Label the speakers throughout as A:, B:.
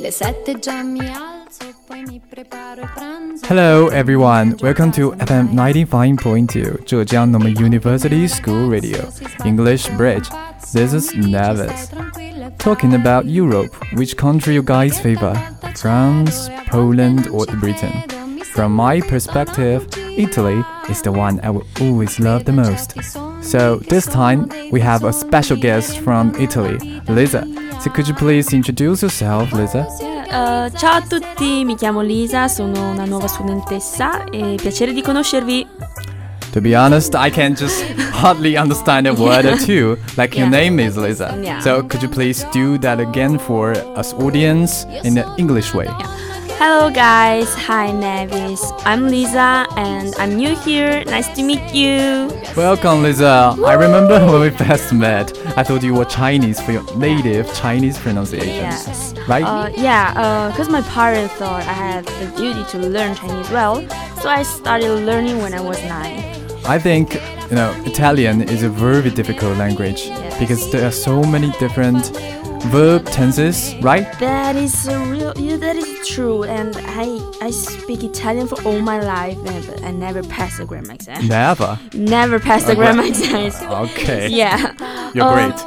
A: Le sette già mi alzo, poi mi preparo e pranzo.
B: Hello, everyone. Welcome to FM 95.2 Zhejiang Normal University School Radio, English Bridge. This is Nevis. Talking about Europe, which country you guys favor? France, Poland, or Britain? From my perspective, Italy is the one I will always love the most. So this time, we have a special guest from Italy, Lisa. So could you please introduce yourself, Lisa?
C: Eh, ciao a tutti, mi chiamo Lisa, sono una nuova studentessa e piacere di conoscervi.
B: To be honest, I can just hardly understand a word or two. Like your
C: Yeah.
B: name is Lisa.
C: Yeah.
B: So could you please do that again for us audience in an English way?
C: Hello guys, hi Nevis, I'm Lisa and I'm new here, nice to meet you.
B: Welcome, Lisa. I remember when we first met. I thought you were Chinese for your native Chinese pronunciation.
C: Yes.
B: Right?
C: Uh, yeah, because my parents thought I had the duty to learn Chinese well, so I started learning when I was nine.
B: I think you know Italian is a very difficult language because there are so many different verb tenses, right?
C: That is a real, yeah, that is true, and I I speak Italian for all my life, and I never passed the grammar exam.
B: Never.
C: Never passed the
B: Okay.
C: grammar exam.
B: Oh. Okay.
C: Yeah.
B: You're
C: Uh,
B: great.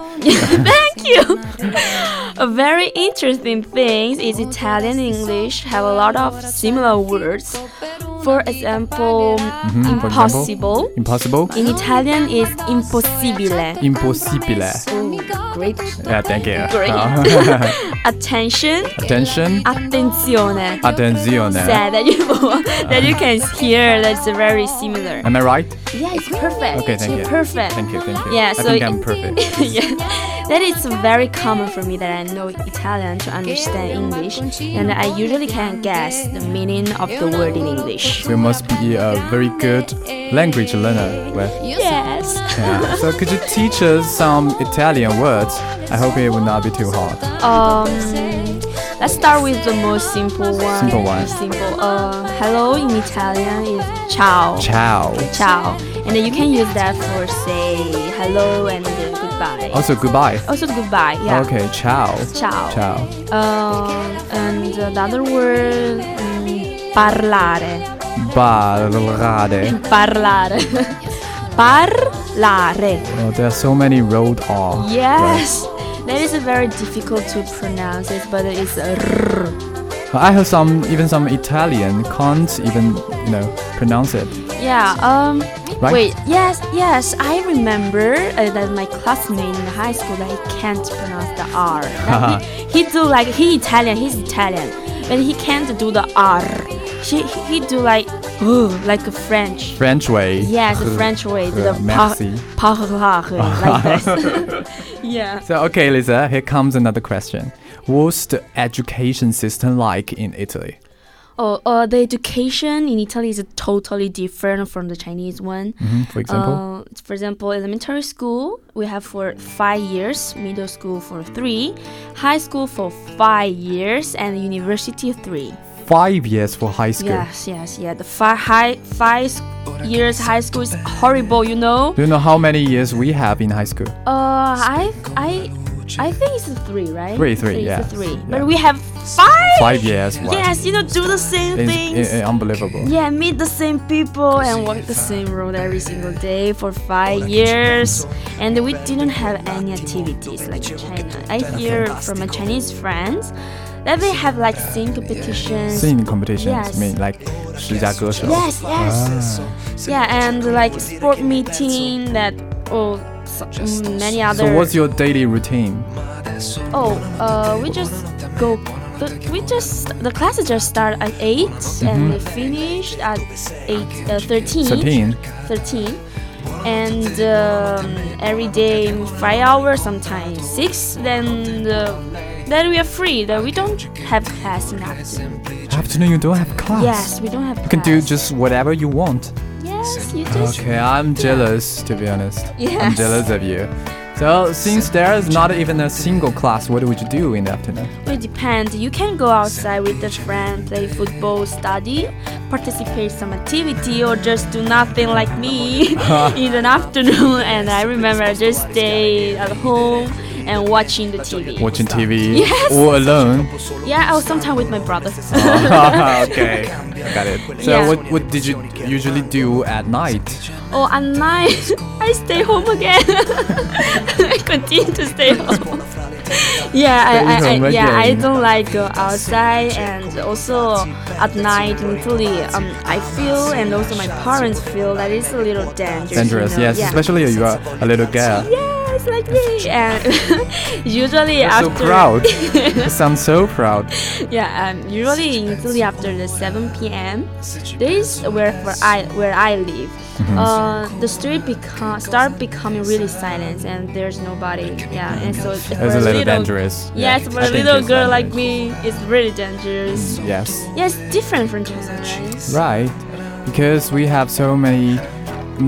C: Thank you. A very interesting thing is Italian and English have a lot of similar words. For
B: Mhm,
C: example,
B: for example?
C: impossible.
B: Impossible.
C: In Italian is impossibile.
B: Impossibile.
A: Great.
B: Yeah, thank you.
C: Great.
B: Uh,
C: Attention.
B: attention.
C: Attenzione.
B: Attenzione.
C: Said that you that you can hear that's very similar.
B: Am I right?
C: Yeah, it's perfect.
B: Okay, thank
C: You're
B: you.
C: Perfect.
B: Thank you. Thank you.
C: Yeah,
B: I
C: so
B: think
C: it-
B: I'm perfect.
C: yeah, that is very common for me that I know Italian to understand English, and I usually can guess the meaning of the word in English.
B: You must be a very good language learner. Well,
C: Yes.
B: yeah. So could you teach us some Italian words? I hope it will not be too hard.
C: Um, let's start with the most simple one.
B: Simple one.
C: Simple. Uh, hello in Italian is ciao.
B: Ciao.
C: Ciao. And then you can use that for say hello and uh, goodbye.
B: Also goodbye.
C: Also goodbye. Yeah.
B: Okay, ciao.
C: Ciao.
B: Ciao.
C: Um, and the other word, mm, parlare.
B: Parlare.
C: Parlare. Parlare.
B: Oh, there are so many road R.
C: Yes. That is very difficult to pronounce it, but it's a r.
B: I have some, even some Italian can't even, you know, pronounce it.
C: Yeah. Um.
B: Right?
C: Wait. Yes. Yes. I remember uh, that my classmate in high school that he can't pronounce the r.
B: Uh-huh.
C: That he, he do like he Italian. He's Italian, but he can't do the r. She he do like ooh, like a French.
B: French way.
C: Yes, the French way.
B: Uh,
C: The pa-
B: merci.
C: pa- like this. yeah.
B: So, okay, Lisa, here comes another question. What's the education system like in Italy?
C: Oh, uh, the education in Italy is totally different from the Chinese one.
B: hmm For example?
C: Uh, for example, elementary school we have for five years, middle school for three, high school for five years, and university three.
B: Five years for high school.
C: Yes, yes, Oh. yeah. The five high five s- years high school is horrible, you know.
B: Do you know how many years we have in high school?
C: Uh, I I I think it's three, right?
B: Three, three,
C: It's
B: yeah,
C: three.
B: yeah.
C: But we have five.
B: Five years. Wow.
C: Yes, you know, do the same
B: It's,
C: things.
B: i- i- unbelievable.
C: Yeah, meet the same people and walk the same road every single day for five years. And we didn't have any activities like in China. I hear from my Chinese friends that they have like singing competitions.
B: Singing competitions,
C: Yes.
B: I mean, like 十佳歌手.
C: Yes, yes.
B: Ah.
C: Yeah, and like sport meeting that oh so, mm, many other
B: So, what's your daily routine?
C: Oh, uh, we just go. The, we just the classes just start at 8
B: Mm-hmm.
C: and we finished at eight uh, 13.
B: 13?
C: 13. And um, every day five hours, sometimes six. Then uh, then we are free. Then we don't have class in afternoon.
B: Afternoon, you don't have class.
C: Yes, we don't have.
B: You can do just whatever you want.
C: Yes, you just.
B: Okay, I'm jealous, to be honest. I'm
C: Yes.
B: jealous of you. So, since there is not even a single class, what would you do in the afternoon?
C: It depends. You can go outside with a friend, play football, study, participate some activity, or just do nothing like me in an afternoon. And I remember I just stay at home and watching the TV.
B: Watching TV
C: Yes.
B: all alone.
C: Yeah, or sometimes with my brother.
B: Oh, okay, I got it. So
C: Yeah.
B: what what did you usually do at night?
C: or at night, Oh, I stay home again. I continue to stay home. Yeah, I, I,
B: Stay home
C: I, yeah, I
B: again.
C: don't like go outside, and also at night in Italy, um, I feel and also my parents feel that it's a little dangerous. you
B: Dangerous,
C: know?
B: yes,
C: Yeah.
B: especially if you are a little girl.
C: Yeah, it's like this, and usually
B: So
C: after
B: proud. you sound so proud.
C: yeah, um, usually in Italy after the 7 p.m. This is where for I where I live.
B: Mm-hmm.
C: Uh, the street become start becoming really silent and there's nobody. Yeah, and so it's
B: It's a little dangerous.
C: Yes,
B: Yeah,
C: for
B: I
C: a
B: think
C: little
B: it's
C: girl like
B: dangerous.
C: me, it's really dangerous.
B: Yes.
C: Yes, different from Japan, right?
B: Right, because we have so many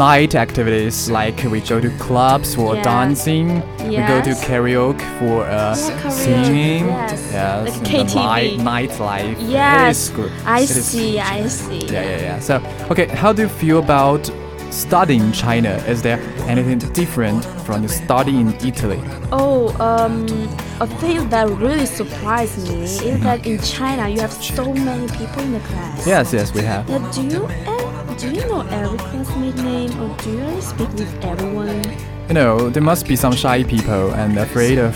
B: night activities like we go to clubs for
C: Yeah.
B: dancing, we go to
C: Yes.
B: karaoke for uh,
C: Yeah, karaoke,
B: singing,
C: yes. Like
B: and the
C: KTV.
B: li- nightlife. it is
C: Yes,
B: good.
C: I
B: It is-
C: see, I see.
B: Yeah, yeah, yeah. So, okay, how do you feel about studying China? Is there anything different from the study in Italy?
C: Oh, um, a thing that really surprised me is that in China you have so many people in the class.
B: Yes, yes, we have.
C: Now, do you ev- do you know every classmate name, or do you really speak with everyone?
B: you know, there must be some shy people and afraid of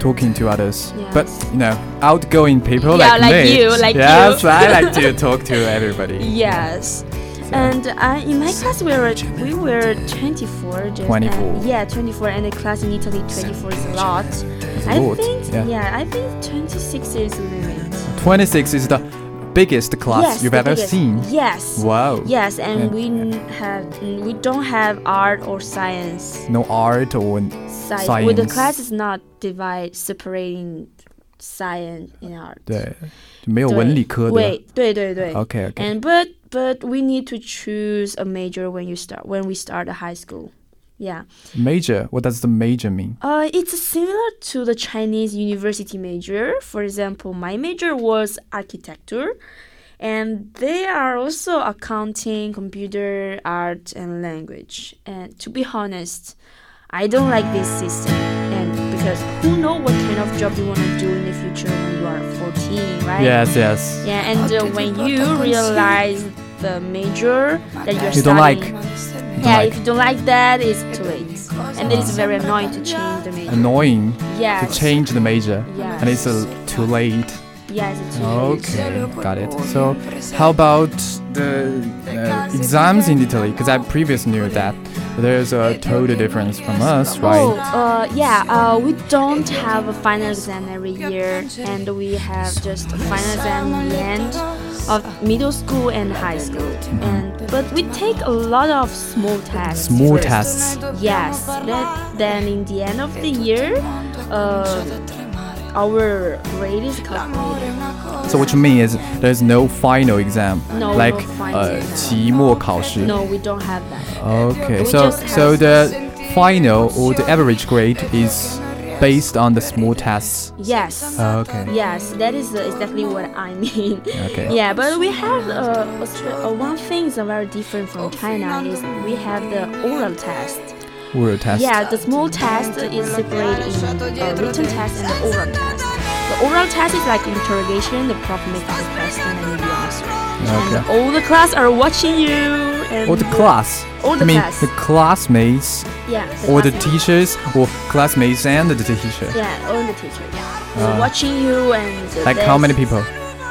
B: talking to others.
C: Yes.
B: But you know, outgoing people
C: Yeah,
B: like,
C: like
B: me.
C: you, like
B: yes,
C: you.
B: I like to talk to everybody.
C: Yes. And uh, in my class, we were we were 24. Just,
B: 24.
C: and- yeah, 24. And the class in Italy, 24 is a lot. I
B: lot,
C: think
B: yeah.
C: yeah. I think 26 is the limit.
B: 26 is the biggest class
C: yes,
B: you've
C: the
B: ever
C: biggest.
B: seen.
C: Yes.
B: Wow.
C: Yes, and
B: And-
C: we n- have n- we don't have art or science.
B: No art or
C: Sci-
B: science.
C: Well, the class is not divide separating science and art.
B: 对，没有文理科的。
C: 对对对对。
B: Okay, okay.
C: And but but we need to choose a major when you start when we start the high school. Yeah.
B: Major. What does the major mean?
C: Uh, it's similar to the Chinese university major. For example, my major was architecture, and they are also accounting, computer, art, and language. And to be honest, I don't like this system, and because who know what kind of job you want to do in the future when you are 14, right?
B: Yes, yes.
C: Yeah, and uh, when you realize the major that you're
B: You don't like.
C: studying-
B: You don't
C: Yeah,
B: like.
C: if you don't like that, it's too late, and it is very annoying to change the major.
B: Annoying
C: Yeah.
B: to change the major,
C: Yes.
B: and it's uh, too late.
C: Yeah, it's too late.
B: Oh, Okay, got it. So, how about the uh, exams in Italy? Because I previously knew that there's a total difference from us,
C: Oh,
B: right?
C: uh, yeah, uh, we don't have a final exam every year, and we have just a final exam in the end of middle school and high school. And but we take a lot of small tests.
B: Small
C: first.
B: tests.
C: Yes, that, then in the end of the year, uh, our grade is calculated.
B: So what you mean is there's no final exam,
C: No,
B: like
C: no final
B: uh,
C: exam.
B: 期末考试.
C: No, we don't have that.
B: Okay,
C: We
B: so
C: just
B: so
C: have-
B: the final or the average grade is based on the small tests.
C: Yes.
B: Okay.
C: Yes, that is uh, exactly what I mean.
B: Okay.
C: Yeah, but we have uh, Austra- uh, one thing is very different from China is we have the oral test.
B: Oral test.
C: Yeah, the small test is separated in uh, written test and the oral test. The oral test is like interrogation. The prof makes the question and you answer. And
B: Okay.
C: all the class are watching you. And
B: Or the class.
C: Or the
B: I mean,
C: class.
B: the classmates,
C: Yeah.
B: or the
C: class-
B: teachers, or classmates and the teacher.
C: Yeah, or the teacher. Yeah. So watching you and uh,
B: Uh. Like how many
C: that's-
B: people?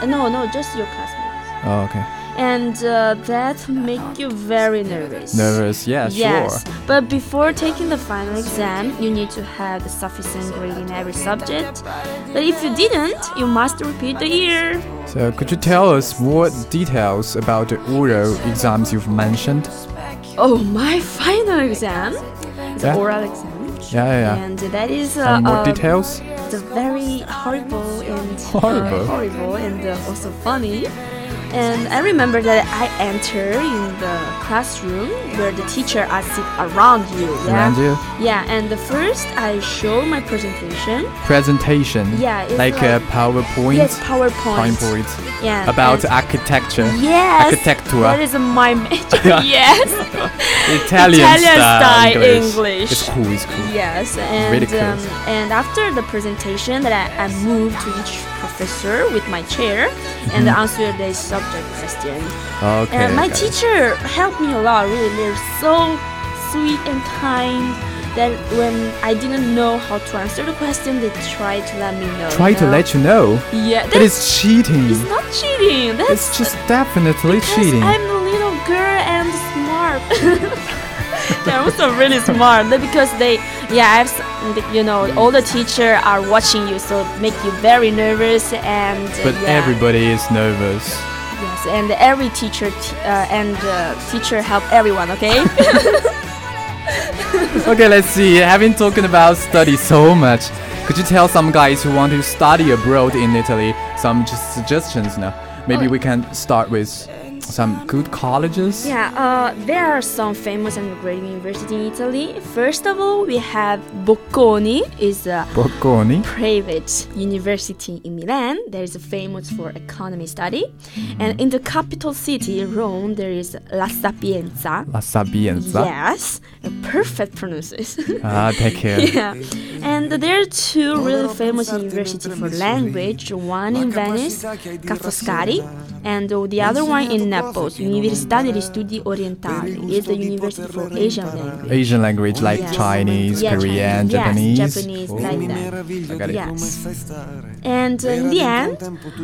C: Uh, no, no, just your classmates.
B: Oh, okay.
C: and uh, that make you very nervous.
B: Nervous, yeah,
C: Yes,
B: sure.
C: but before taking the final exam, you need to have the sufficient grade in every subject. But if you didn't, you must repeat the year.
B: So, could you tell us more details about the oral exams you've mentioned?
C: Oh, my final exam, the
B: Yeah.
C: oral exam,
B: Yeah, yeah, yeah.
C: and that is uh,
B: Some more
C: uh,
B: details?
C: the very horrible and uh,
B: Horrible.
C: horrible and uh, also funny. And I remember that I entered in the classroom where the teacher are sit around you. Yeah.
B: Around you.
C: Yeah. And the first I show my presentation.
B: Presentation.
C: Yeah, it's
B: Like, a
C: like-
B: PowerPoint.
C: Yes, PowerPoint.
B: PowerPoint.
C: Yeah.
B: About
C: and-
B: architecture.
C: Yes.
B: Architectura.
C: That is my major. yes.
B: Italian,
C: Italian style
B: English.
C: English.
B: It's cool. It's cool.
C: Yes, and
B: Really cool.
C: um, and after the presentation, that I, I moved to each professor with my chair and
B: Mm-hmm.
C: answer their subject question.
B: Okay.
C: and my
B: got it.
C: teacher helped me a lot. Really, they're so sweet and kind. That when I didn't know how to answer the question, they tried to let me know.
B: Try to let you know.
C: you. Yeah,
B: That
C: that's
B: is cheating.
C: it's not cheating. That's
B: It's just definitely
C: Yes,
B: cheating.
C: I'm a little girl and smart. They're also really smart They- because they, yeah, I've, s- you know, all the teacher are watching you, so make you very nervous and. uh,
B: But
C: yeah,
B: everybody is nervous.
C: Yes, and every teacher t- uh, and uh, teacher help everyone. Okay.
B: Okay, let's see. Having talking about study so much, could you tell some guys who want to study abroad in Italy some just suggestions now? Maybe we can start with some good colleges.
C: yeah, uh, there are some famous and great university in Italy. First of all, we have Bocconi is a
B: Bocconi.
C: private university in Milan that is famous for economy study. And in the capital city, Rome, there is La Sapienza.
B: La Sapienza.
C: Yes, perfect pronunciation.
B: Ah, take care.
C: yeah. And there are two really famous universities for language, one in Venice, Ca' Foscari, and the other one in Naples, Università degli Studi Orientali. It's the university for Asian language.
B: Asian language like
C: Yes.
B: Chinese,
C: Yeah,
B: Korean,
C: Chinese. Yes,
B: Japanese.
C: Japanese,
B: Oh,
C: like that.
B: I got it.
C: Yes. And in the end,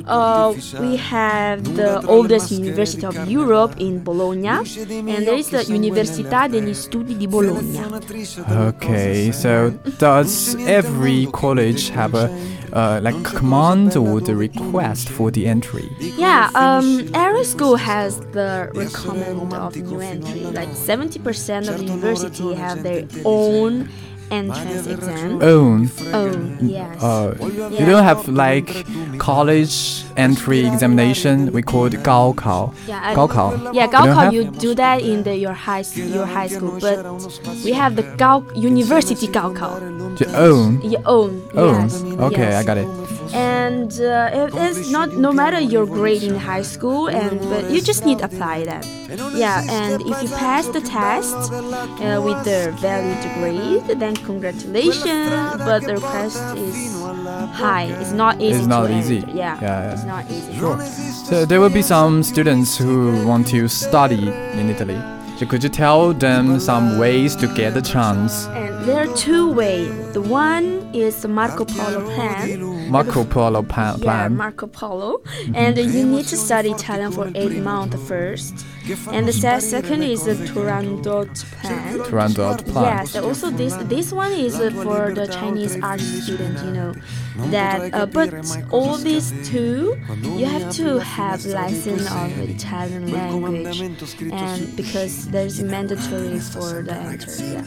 C: uh, we have the oldest university of Europe in Bologna, and there is the Università degli Studi di Bologna.
B: Okay, so does every college have a uh, like command or the request for the entry?
C: Yeah, um, every school has the recommend of new entry. Like 70% of university have their own entrance exam.
B: Own.
C: Oh, yes.
B: Uh, You
C: Yeah.
B: don't have like college entry examination. We call it 高考.
C: Yeah, I-
B: 高考.
C: Yeah,
B: don't
C: Gaokao,
B: have-
C: you do that in the, your high s- your high school, but we have the Gao University Gaokao.
B: To own.
C: Your own.
B: Own.
C: Yes,
B: Okay,
C: yes.
B: I got it.
C: And uh, it- it's not no matter your grade in high school, and but you just need to apply that. Yeah, and if you pass the test uh, with the valid grade, then congratulations. But the request is high. It's not easy.
B: It's not
C: to
B: easy.
C: enter. Yeah,
B: Yeah,
C: it's
B: yeah.
C: not easy.
B: So there will be some students who want to study in Italy. So could you tell them some ways to get the chance?
C: And there are two ways. The one is the Marco Polo plan.
B: Marco Polo pa-
C: Yeah,
B: plan. Mm-hmm.
C: Marco Polo. And you need to study Italian for eight months first. And the se- second is the Turandot plan.
B: Turandot plan.
C: Yes, and also this this one is uh, for the Chinese art student, you know. That uh, but all these two, you have to have license of Italian language, and because there's mandatory for the enter. Yeah.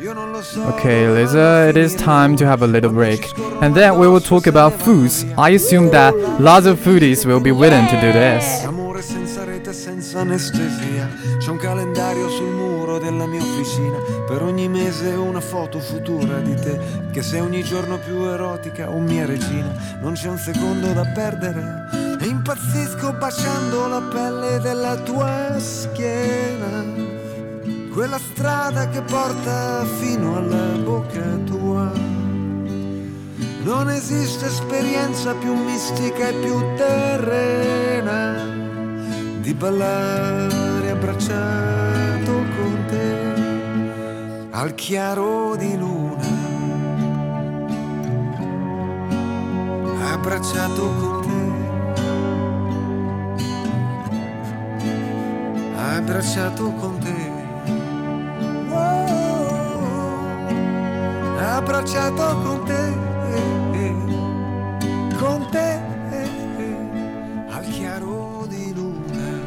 B: Okay, Lisa, it is time to have a little break. And then we will talk about foods. I assume that lots of foodies will be willing to do this.
D: Amore senza rete, senza anestesia. C'è un calendario sul muro della mia officina. Per ogni mese una foto futura di te. Che sei ogni giorno più erotica, o mia regina. Non c'è un secondo da perdere. E impazzisco baciando la pelle della tua schiena. Quella strada che porta fino alla bocca tua. Non esiste esperienza più mistica e più terrena di ballare abbracciato con te al chiaro di luna. Abbracciato con te. Abbracciato con te. Oh, abbracciato con te, con te, al chiaro di luna.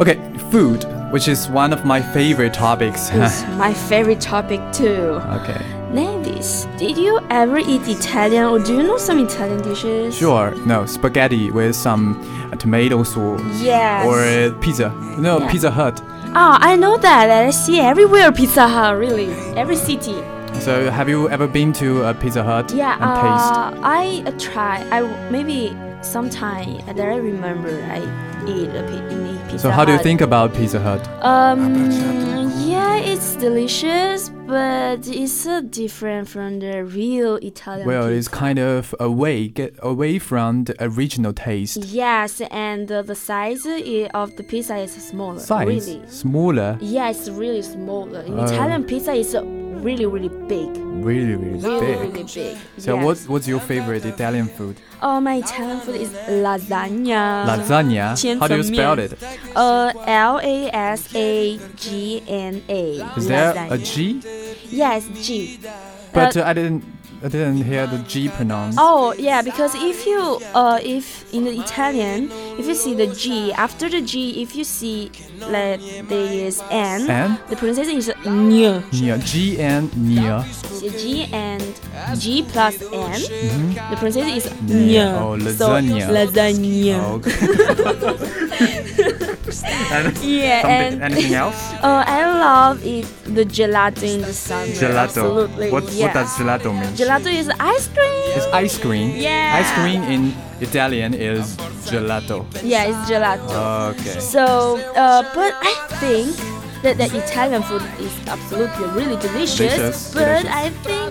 B: Okay, food, which is one of my favorite topics.
C: It's my favorite topic too.
B: okay.
C: Nevis, did you ever eat Italian or do you know some Italian dishes?
B: Sure, no, spaghetti with some uh, tomato sauce.
C: Yes.
B: Or uh, pizza. No,
C: Yeah.
B: Pizza Hut.
C: Oh, I know that. I see everywhere Pizza Hut, really. Every city.
B: So, have you ever been to a Pizza Hut
C: Yeah,
B: and taste?
C: uh, I uh, try. I w- maybe sometime that I remember I eat a pi- in a pizza.
B: So, how do you
C: Hut.
B: think about Pizza Hut?
C: Um, yeah, it's delicious, but it's uh, different from the real Italian.
B: Well,
C: pizza.
B: it's kind of away, get away from the original taste.
C: Yes, and uh, the size i- of the pizza is smaller.
B: Size
C: Really.
B: smaller,
C: Yeah, it's really small. In
B: Oh.
C: Italian pizza is uh, really, really big.
B: really, really
C: Really,
B: big.
C: really big.
B: So,
C: yes.
B: what's what's your favorite Italian food?
C: Oh, my Italian food is lasagna.
B: Lasagna. How do you
C: 千层面。
B: spell it?
C: Uh, L A S A G N A.
B: Is there a
C: Lasagna.
B: G?
C: Yes, G.
B: But
C: Uh,
B: uh, I didn't I didn't hear the G pronounced.
C: Oh yeah, because if you uh if in the Italian if you see the G after the G if you see like there is N,
B: N?
C: the pronunciation is N
B: Nia. G and Nia.
C: G and G plus N the pronunciation is
B: Nia.
C: N
B: Oh,
C: so
B: lasagna.
C: lasagna
B: Okay.
C: yeah
B: Something-
C: and
B: anything else?
C: uh, I love it the gelato in the summer absolutely yeah.
B: gelato mean?
C: gelato is ice cream
B: It's ice cream.
C: Yeah.
B: Ice cream in Italian is gelato.
C: yeah it's gelato
B: Okay.
C: So, uh, but I think that the Italian food is absolutely really delicious.
B: Delicious,
C: but
B: delicious.
C: I think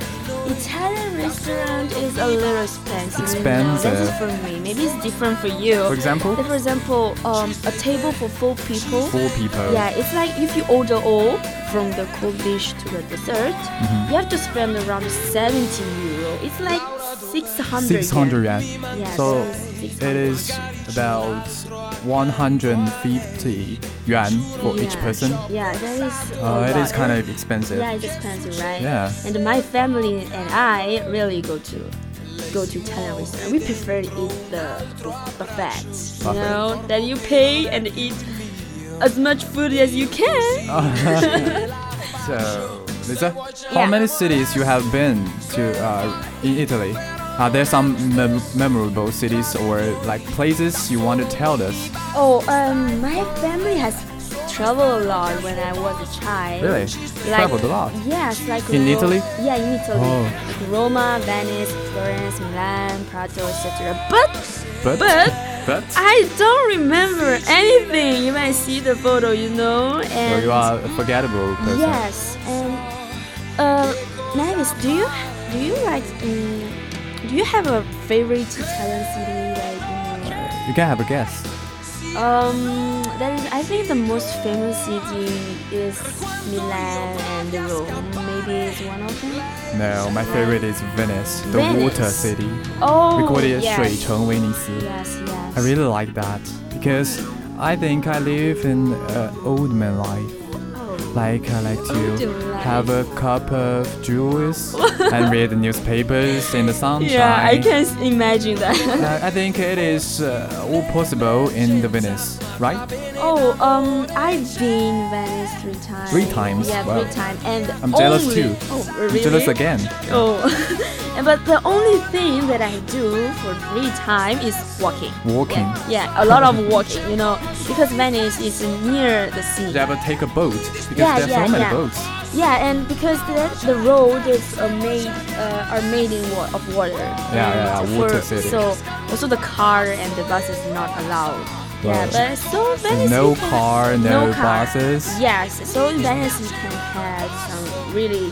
C: Italian restaurant is a little expensive.
B: Expensive.
C: That's for me. Maybe it's different for you.
B: For example,
C: Like, for example, um, a table for four people.
B: four people.
C: Yeah, it's like if you order all from the cold dish to the dessert,
B: Mm-hmm.
C: you have to spend around 70 euro. It's like 600. yen.
B: 600 yen.
C: Yeah,
B: So it
C: 600.
B: is about 150 yuan for each
C: Yeah.
B: person.
C: Yeah, that is. a
B: Uh, it is
C: lot.
B: kind of expensive.
C: Yeah, it's expensive, right?
B: Yeah.
C: And my family and I really go to go to Italian restaurant. We prefer to eat the bu- buffet. You
B: Buffet.
C: know, that you pay and eat as much food as you can.
B: So, Lisa, uh, how
C: Yeah.
B: many cities you have been to uh, in Italy? Are there some mem- memorable cities or like places you want to tell us?
C: Oh, um, my family has traveled a lot when I was a child.
B: Really? Traveled a lot?
C: Yes, like
B: In Italy?
C: Yeah, in Italy.
B: Oh.
C: Like Roma, Venice, Florence, Milan, Prato, etc. But,
B: But-
C: but
B: But
C: I don't remember anything. You might see the photo, you know.
B: so
C: And
B: Oh, you are a forgettable person.
C: yes, and uh, Mavis, do you do you like um, do you have a favorite Italian city like
B: You can have a guess.
C: you know, um that is I think the most famous city is Milan and Rome. Maybe it's one of them.
B: No, my favorite is Venice, the water
C: Venice.
B: city.
C: Oh,
B: We call it
C: yes.
B: 水城威尼斯.
C: Yes, yes.
B: I really like that because I think I live an uh, old man life.
C: oh.
B: Like I like to
C: Old life.
B: have a cup of juice and read the newspapers in the sunshine.
C: Yeah, I can s- imagine that.
B: Uh, I think it is uh, all possible in the Venice, right?
C: Oh, um, I've been Venice three times.
B: Three times?
C: Yeah,
B: Wow.
C: three times. And
B: I'm jealous
C: only-
B: too.
C: Oh, really?
B: Jealous again.
C: Oh, but the only thing that I do for free time is walking.
B: Walking.
C: Yeah, yeah, a lot of walking. You know, because Venice is near the sea.
B: You ever take a boat because
C: Yeah,
B: there's
C: yeah,
B: so many
C: yeah.
B: boats.
C: Yeah, and because the, the road is uh, made uh, are made in wa- of water.
B: yeah,
C: And
B: yeah, water city.
C: So also the car and the bus is not allowed. Yeah,
B: Right.
C: but so Venice
B: no
C: you can-
B: car, no buses.
C: Yes, so in Venice you can have some really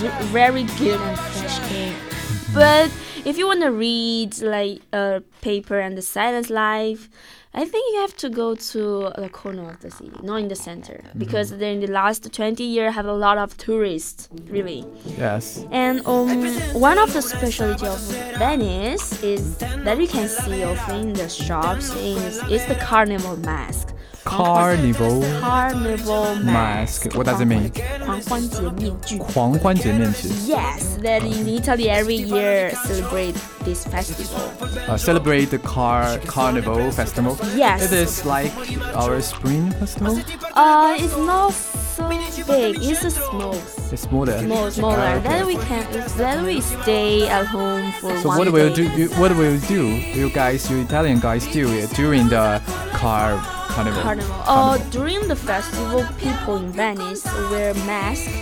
C: v- very good and fresh air.
B: Mm-hmm.
C: but if you want to read like a paper and the silent life. I think you have to go to the corner of the city, not in the center,
B: Mm-hmm.
C: because then the last 20 year have a lot of tourists, really.
B: Yes.
C: And um, one of the specialty of Venice is that you can see also in the shops is, is the carnival mask.
B: Carnival
C: Carnival mask.
B: mask. What does it mean?
C: 狂欢节面具.
B: 狂欢节面具.
C: Yes, that in Italy every year celebrate this festival.
B: Uh, celebrate the car carnival festival.
C: Yes.
B: It is like our spring festival.
C: Uh, it's not so big. It's a small,
B: It's smaller.
C: small, smaller.
B: Ah, Okay.
C: Then we can, then we stay at home for
B: So
C: one
B: what will
C: day.
B: do? You, what will you do? You guys, you Italian guys, do it during the car Carnival.
C: carnival. Uh,
B: Carnival.
C: during the festival, people in Venice wear masks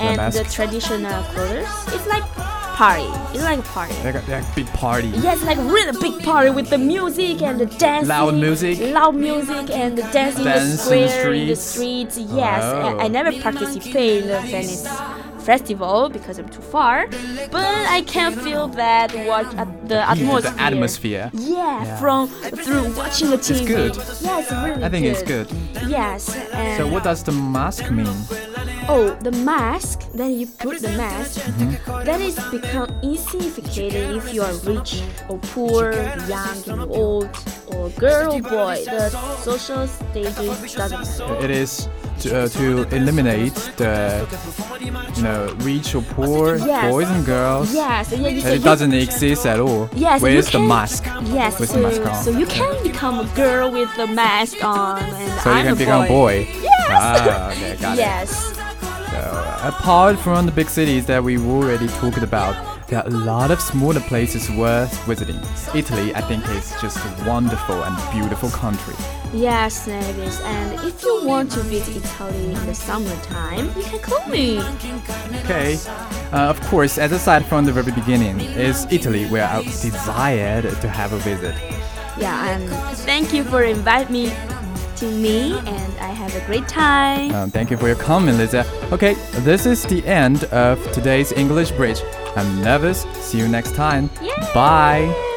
C: and the
B: mask.
C: traditional clothes. It's like party. It's like a party.
B: Like, a- like big party.
C: Yes, like really big party with the music and the dancing.
B: Loud music.
C: Loud music and the dancing
B: Dance in the
C: the square, in the
B: streets.
C: streets. Yes,
B: Oh.
C: and I never participate in the Venice festival because I'm too far, but I can feel that what at the
B: Yeah,
C: atmosphere.
B: the atmosphere.
C: Yeah,
B: Yeah.
C: from through watching the TV.
B: good.
C: Yeah, it's really
B: I think
C: good.
B: it's good.
C: Yes. And
B: So what does the mask mean?
C: Oh, the mask. Then you put the mask. That is become insignificant if you are rich or poor, young and old, or girl or boy. The social status doesn't matter.
B: It is to, uh, to eliminate the you know rich or poor,
C: Yes.
B: boys and girls.
C: Yes, yeah, you
B: It
C: say
B: doesn't exist at all.
C: Yes, you
B: Where's the
C: can-
B: mask?
C: Yes,
B: With the
C: so,
B: mask on.
C: so you can become a girl with the mask on, and
B: So
C: I'm
B: you can become a boy.
C: Yes.
B: Ah, okay, got it.
C: yes.
B: So, apart from the big cities that we already talked about, there are a lot of smaller places worth visiting. Italy, I think, is just a wonderful and beautiful country.
C: Yes, it is. And if you want to visit Italy in the summertime, you can call me.
B: Okay. Uh, of course, as aside from the very beginning, is Italy where I desired to have a visit.
C: Yeah, and thank you for inviting me to me, and I have a great time.
B: Um, thank you for your comment, Lisa. Okay, this is the end of today's English Bridge. I'm nervous. See you next time.
C: Yay!
B: Bye.